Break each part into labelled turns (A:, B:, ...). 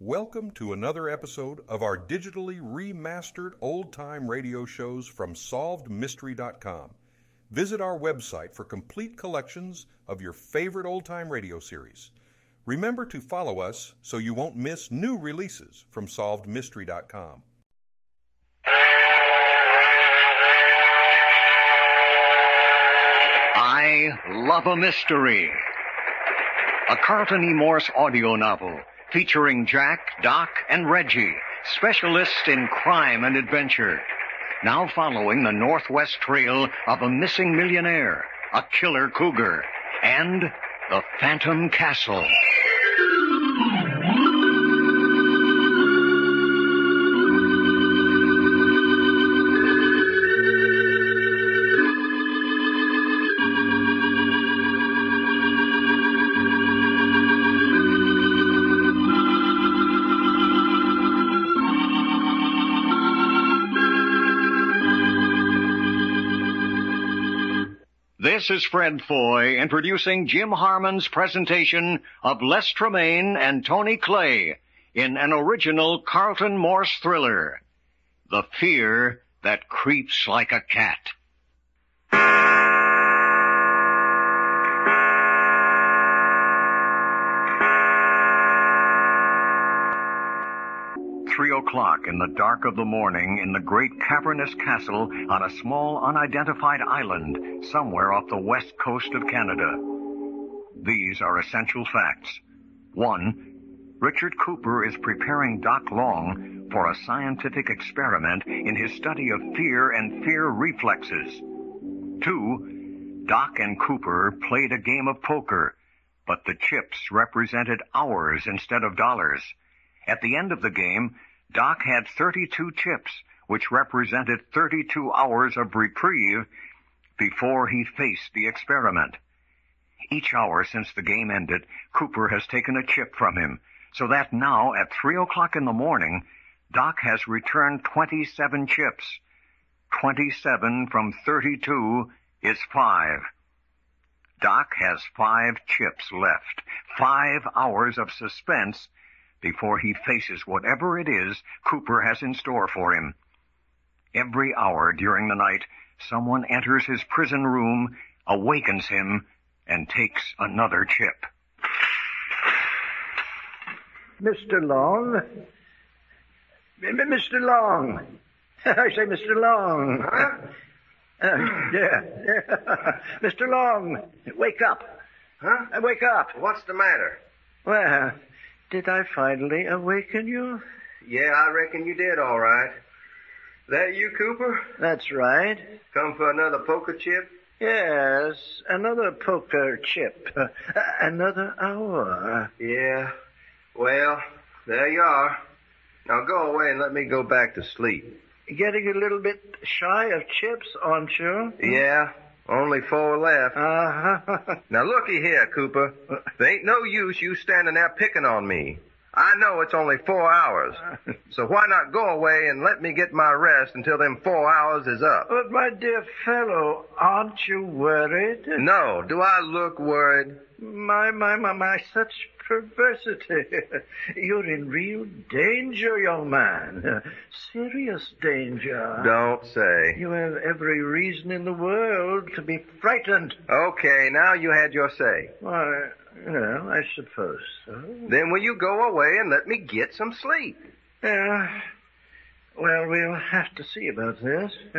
A: Welcome to another episode of our digitally remastered old time radio shows from SolvedMystery.com. Visit our website for complete collections of your favorite old time radio series. Remember to follow us so you won't miss new releases from SolvedMystery.com.
B: I Love a Mystery. A Carlton E. Morse audio novel featuring Jack, Doc, and Reggie, specialists in crime and adventure. Now following the Northwest Trail of a missing millionaire, a killer cougar, and the Phantom Castle. This is Fred Foy introducing Jim Harmon's presentation of Les Tremaine and Tony Clay in an original Carlton Morse thriller, The Fear That Creeps Like a Cat. Three o'clock in the dark of the morning in the great cavernous castle on a small unidentified island somewhere off the west coast of Canada. These are essential facts. One, Richard Cooper is preparing Doc Long for a scientific experiment in his study of fear and fear reflexes. Two, Doc and Cooper played a game of poker, but the chips represented hours instead of dollars. At the end of the game, Doc had 32 chips, which represented 32 hours of reprieve before he faced the experiment. Each hour since the game ended, Cooper has taken a chip from him, so that now at 3 o'clock in the morning, Doc has returned 27 chips. 27 from 32 is 5. Doc has 5 chips left, 5 hours of suspense before he faces whatever it is Cooper has in store for him. Every hour during the night, someone enters his prison room, awakens him, and takes another chip.
C: Mr. Long? M- m- Mr. Long. I say, Mr. Long. Uh, yeah. Mr. Long, wake up.
D: Huh?
C: Uh, Wake up.
D: What's the matter?
C: Well, did I finally awaken you?
D: Yeah, I reckon you did all right. That you, Cooper?
C: That's right.
D: Come for another poker chip?
C: Yes, another poker chip. Uh, another hour.
D: Yeah. Well, there you are. Now go away and let me go back to sleep.
C: Getting a little bit shy of chips, aren't you?
D: Yeah, only four left.
C: Uh-huh.
D: Now looky here, Cooper. There ain't no use you standing there picking on me. I know it's only four hours. So why not go away and let me get my rest until them four hours is up?
C: But, my dear fellow, aren't you worried?
D: No, do I look worried?
C: My, my, my, my, such perversity. You're in real danger, young man. Serious danger.
D: Don't say.
C: You have every reason in the world to be frightened.
D: Okay, now you had your say.
C: Why, you know, I suppose so.
D: Then will you go away and let me get some sleep?
C: Yeah. Well, we'll have to see about this.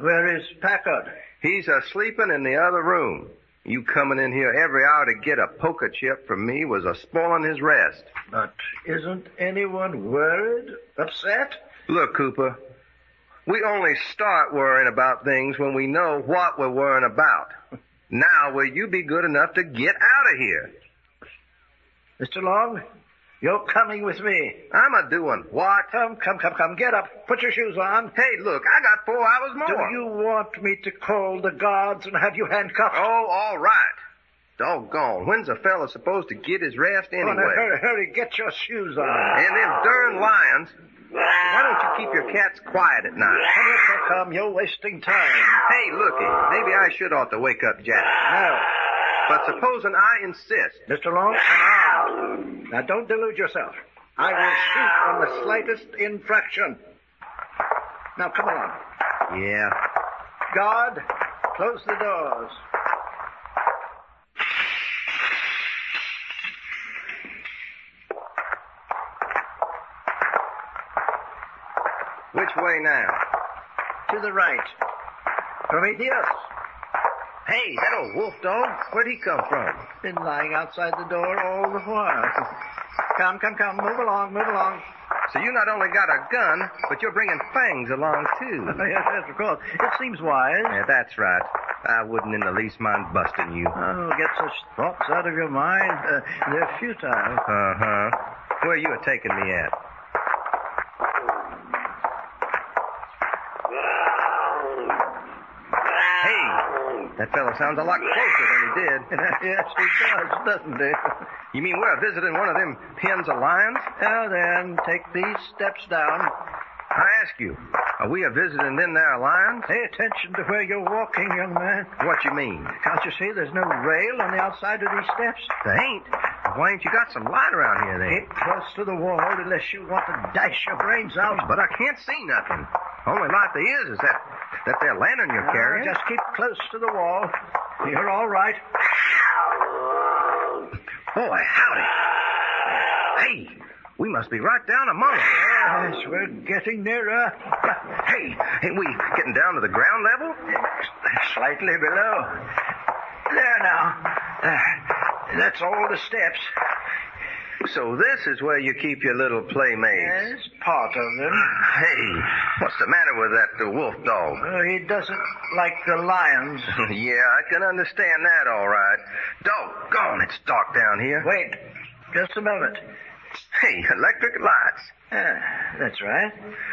C: Where is Packard?
D: He's a sleeping in the other room. You coming in here every hour to get a poker chip from me was a spoiling his rest.
C: But isn't anyone worried? Upset?
D: Look, Cooper, we only start worrying about things when we know what we're worrying about. Now, will you be good enough to get out of here?
C: Mr. Long, you're coming with me.
D: I'm a doing what?
C: Come, come, come, come. Get up. Put your shoes on.
D: Hey, look, I got four hours
C: Do
D: more.
C: you want me to call the guards and have you handcuffed?
D: Oh, all right. Doggone. When's a fella supposed to get his rest
C: Come on,
D: anyway?
C: now, hurry, hurry. Get your shoes on.
D: And them darn lions. Why don't you keep your cats quiet at night?
C: Come, here, come, come. You're wasting time.
D: Hey, looky, maybe I should ought to wake up Jack.
C: Now,
D: But supposing I insist.
C: Mr. Long, come out. Now, don't delude yourself. I will shoot on the slightest infraction. Now, come along.
D: Yeah.
C: Guard, close the doors.
D: Which way now?
C: To the right. Prometheus,
D: Hey, that old wolf dog, where'd he come from?
C: been lying outside the door all the while. Come, come, come. Move along, move along.
D: So you not only got a gun, but you're bringing fangs along, too.
C: yes, yes, of course. It seems wise.
D: Yeah, that's right. I wouldn't in the least mind busting you. Uh
C: Oh, get such thoughts out of your mind. Uh, they're futile.
D: huh. Uh-huh. Where you are taking me at? Hey, that fellow sounds a lot closer than he did.
C: yes, he does, doesn't he?
D: You mean we're visiting one of them pens of lions?
C: Now then, take these steps down.
D: I ask you, are we a visiting them there lions?
C: Pay attention to where you're walking, young man.
D: What you mean?
C: Can't you see there's no rail on the outside of these steps?
D: There ain't. Why ain't you got some light around here then?
C: Get close to the wall unless you want to dash your brains out.
D: But I can't see nothing. Only light there is is that that there lantern you're
C: Now,
D: carrying.
C: Uh, just keep close to the wall. You're all right.
D: Boy, howdy. Hey, we must be right down among 'em.
C: Yes, we're getting nearer.
D: Hey, ain't we getting down to the ground level?
C: Slightly below. There now. Uh, that's all the steps.
D: So this is where you keep your little playmates.
C: Yes, part of them.
D: Hey, what's the matter with that uh, wolf dog?
C: Uh, he doesn't like the lions.
D: yeah, I can understand that all right. Doggone, it's dark down here.
C: Wait, just a moment.
D: Hey, electric lights.
C: Ah, that's right.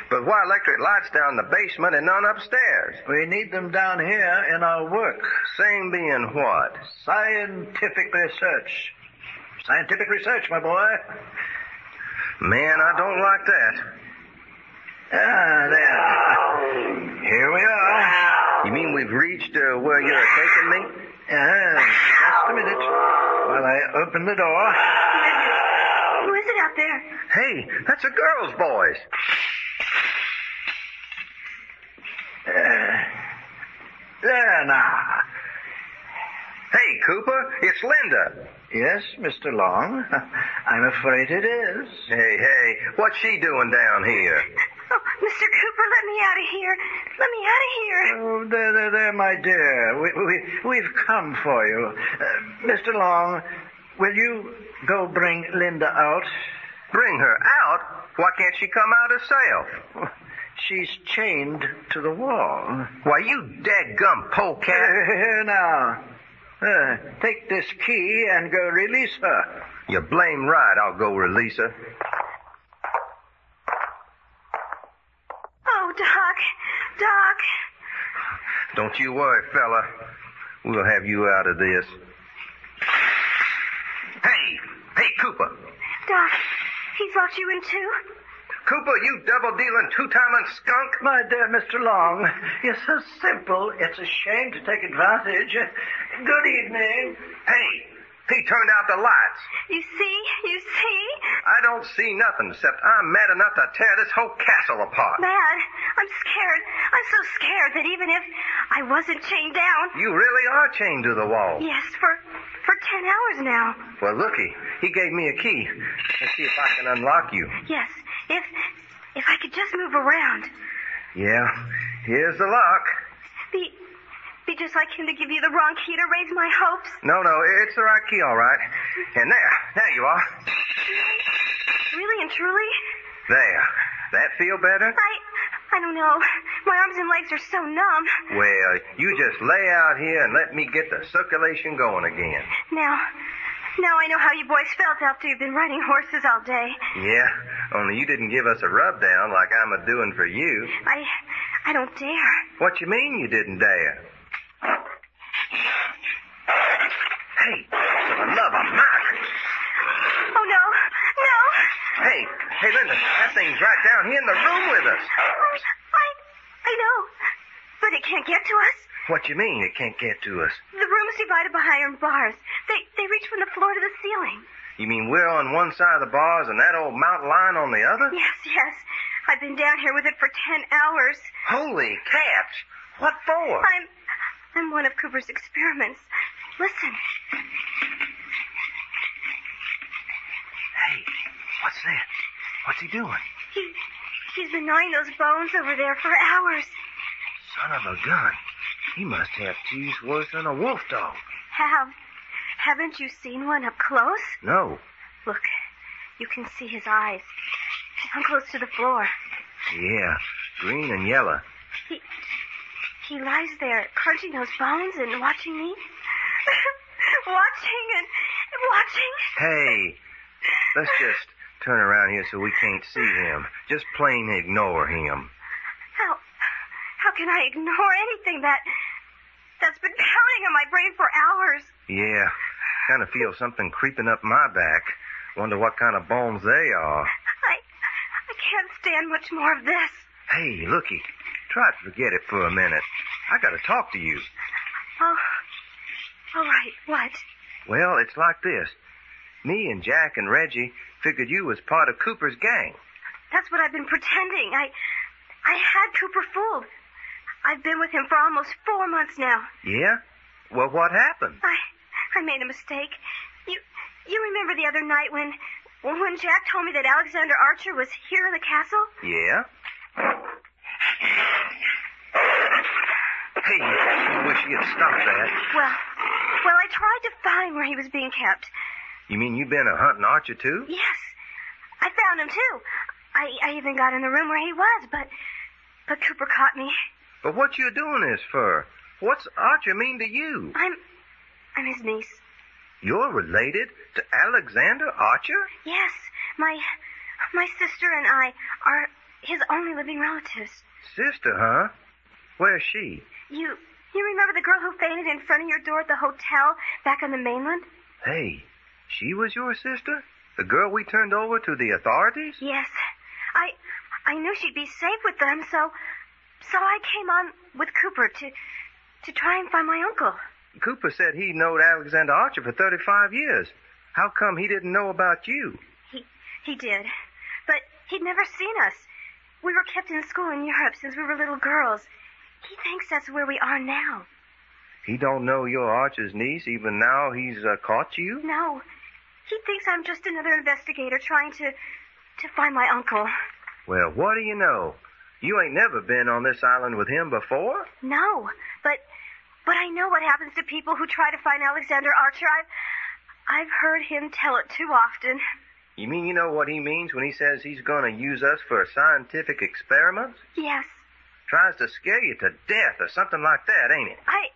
D: But why electric lights down the basement and none upstairs?
C: We need them down here in our work.
D: Same being what?
C: Scientific research. Scientific research, my boy.
D: Man, I don't like that.
C: Ah, there. Here we are.
D: You mean we've reached uh, where you're taking me? Uh-huh.
C: Ah, just a minute while I open the door.
E: Who is it out there?
D: Hey, that's a girl's voice. Uh,
C: There now.
D: Hey, Cooper, it's Linda.
C: Yes, Mr. Long. I'm afraid it is.
D: Hey, hey, what's she doing down here?
E: Oh, Mr. Cooper, let me out of here. Let me out of here.
C: Oh, there, there, there, my dear. We, we, we've come for you. Uh, Mr. Long, will you go bring Linda out?
D: Bring her out? Why can't she come out herself?
C: She's chained to the wall.
D: Why, you dadgum polecat.
C: Here now. Uh, take this key and go release her.
D: You blame right, I'll go release her.
E: Oh, Doc. Doc.
D: Don't you worry, fella. We'll have you out of this. Hey, hey, Cooper.
E: Doc, he's locked you in too?
D: Cooper, you double-dealing, two-timing skunk.
C: My dear Mr. Long, you're so simple, it's a shame to take advantage. Good evening.
D: Hey, he turned out the lights.
E: You see? You see?
D: I don't see nothing except I'm mad enough to tear this whole castle apart.
E: Mad. I'm scared. I'm so scared that even if I wasn't chained down.
D: You really are chained to the wall.
E: Yes, for for ten hours now.
D: Well, looky, he gave me a key. Let's see if I can unlock you.
E: Yes. If if I could just move around.
D: Yeah, here's the lock.
E: Be be just like him to give you the wrong key to raise my hopes.
D: No, no, it's the right key, all right. And there, there you are.
E: Really and truly?
D: There. That feel better?
E: I I don't know. My arms and legs are so numb.
D: Well, you just lay out here and let me get the circulation going again.
E: Now, now I know how you boys felt after you've been riding horses all day.
D: Yeah, only you didn't give us a rub down like I'm a doing for you.
E: I, I don't dare.
D: What you mean you didn't dare? Hey, for the love of Mike!
E: Oh no, no!
D: Hey, hey, Linda, that thing's right down here in the room with us.
E: I, I know, but it can't get to us.
D: What you mean it can't get to us?
E: The room is divided by iron bars. They, they reach from the floor to the ceiling.
D: You mean we're on one side of the bars and that old mountain lion on the other?
E: Yes, yes. I've been down here with it for ten hours.
D: Holy cats! What for?
E: I'm I'm one of Cooper's experiments. Listen.
D: Hey, what's that? What's he doing?
E: He he's been gnawing those bones over there for hours.
D: Son of a gun. He must have teeth worse than a wolf dog.
E: Have haven't you seen one up close?
D: No.
E: Look, you can see his eyes. I'm close to the floor.
D: Yeah, green and yellow.
E: He he lies there crunching those bones and watching me. watching and and watching.
D: Hey, let's just turn around here so we can't see him. Just plain ignore him.
E: How how can I ignore anything that that's been pounding on my brain for hours?
D: Yeah, kind of feel something creeping up my back. Wonder what kind of bones they are.
E: I I can't stand much more of this.
D: Hey, looky, try to forget it for a minute. I gotta talk to you.
E: Oh, all right. What?
D: Well, it's like this. Me and Jack and Reggie figured you was part of Cooper's gang.
E: That's what I've been pretending. I I had Cooper fooled. I've been with him for almost four months now.
D: Yeah? Well, what happened?
E: I I made a mistake. You you remember the other night when when Jack told me that Alexander Archer was here in the castle?
D: Yeah? Hey, I wish you'd stop that.
E: Well, well, I tried to find where he was being kept.
D: You mean you been a hunting Archer, too?
E: Yes, I found him too. I, I even got in the room where he was, but but Cooper caught me.
D: But what you doing this for? What's Archer mean to you?
E: I'm I'm his niece.
D: You're related to Alexander Archer?
E: Yes, my my sister and I are his only living relatives.
D: Sister, huh? Where's she?
E: You you remember the girl who fainted in front of your door at the hotel back on the mainland?
D: Hey, she was your sister? The girl we turned over to the authorities?
E: Yes. I I knew she'd be safe with them, so so I came on with Cooper to to try and find my uncle.
D: Cooper said he knowed Alexander Archer for 35 years. How come he didn't know about you?
E: He he did. But he'd never seen us. We were kept in school in Europe since we were little girls. He thinks that's where we are now.
D: He don't know you're Archer's niece even now he's uh, caught you?
E: No. He thinks I'm just another investigator trying to to find my uncle.
D: Well, what do you know? You ain't never been on this island with him before?
E: No, but but I know what happens to people who try to find Alexander Archer. I've I've heard him tell it too often.
D: You mean you know what he means when he says he's gonna use us for scientific experiments?
E: Yes,
D: Tries to scare you to death or something like that, ain't it?
E: I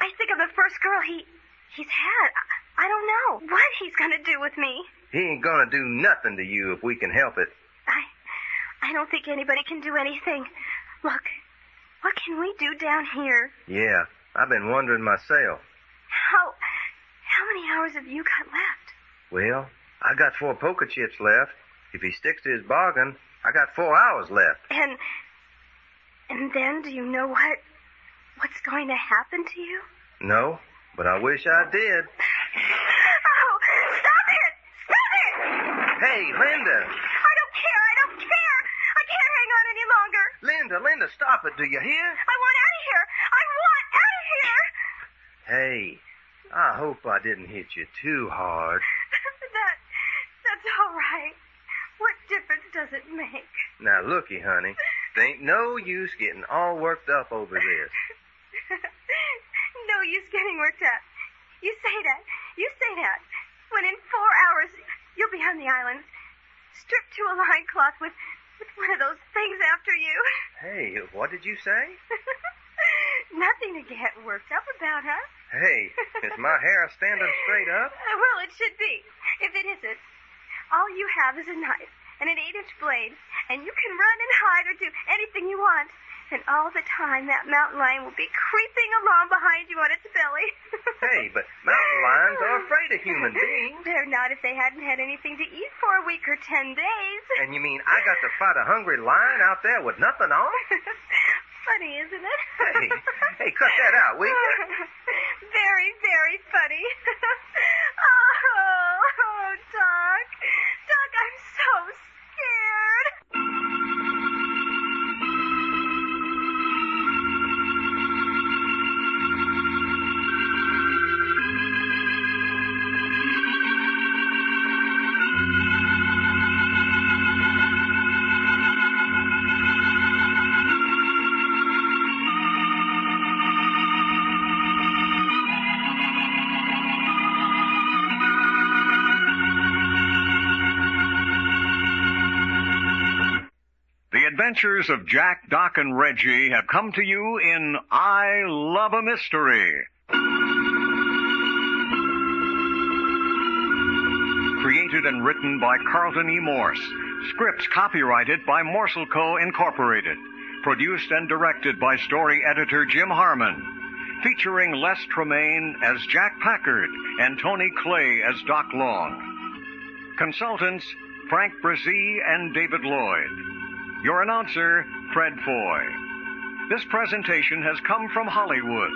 E: I think I'm the first girl he he's had. I, I don't know what he's gonna do with me.
D: He ain't gonna do nothing to you if we can help it.
E: I I don't think anybody can do anything. Look, what can we do down here?
D: Yeah, I've been wondering myself.
E: How how many hours have you got left?
D: Well, I got four poker chips left. If he sticks to his bargain, I got four hours left.
E: And and then do you know what what's going to happen to you?
D: No, but I wish I did.
E: Oh, stop it! Stop it!
D: Hey, Linda!
E: I don't care. I don't care. I can't hang on any longer.
D: Linda, Linda, stop it, do you hear?
E: I want out of here. I want out of here.
D: Hey, I hope I didn't hit you too hard.
E: that that's all right. What difference does it make?
D: Now, looky, honey, there ain't no use getting all worked up over this.
E: no use getting worked up. You say that. You say that. When in four hours you'll be on the island, stripped to a loin cloth with with one of those things after you.
D: Hey, what did you say?
E: Nothing to get worked up about, huh?
D: Hey, is my hair standing straight up?
E: Uh, Well, it should be. If it isn't, all you have is a knife and an eight inch blade, and you can run and hide or do anything you want. And all the time, that mountain lion will be creeping along behind you on its belly.
D: Hey, but mountain lions are afraid of human beings.
E: They're not if they hadn't had anything to eat for a week or ten days.
D: And you mean I got to fight a hungry lion out there with nothing on?
E: funny, isn't it?
D: Hey, hey, cut that out, will you?
E: very, very funny. oh, oh,
B: adventures of Jack, Doc, and Reggie have come to you in I Love a Mystery. Created and written by Carlton E. Morse. Scripts copyrighted by Morsel Co. Incorporated. Produced and directed by story editor Jim Harmon. Featuring Les Tremaine as Jack Packard and Tony Clay as Doc Long. Consultants Frank Brzee and David Lloyd. Your announcer, Fred Foy. This presentation has come from Hollywood.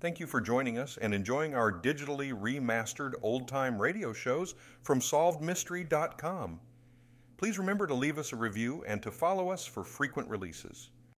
A: Thank you for joining us and enjoying our digitally remastered old time radio shows from SolvedMystery.com. Please remember to leave us a review and to follow us for frequent releases.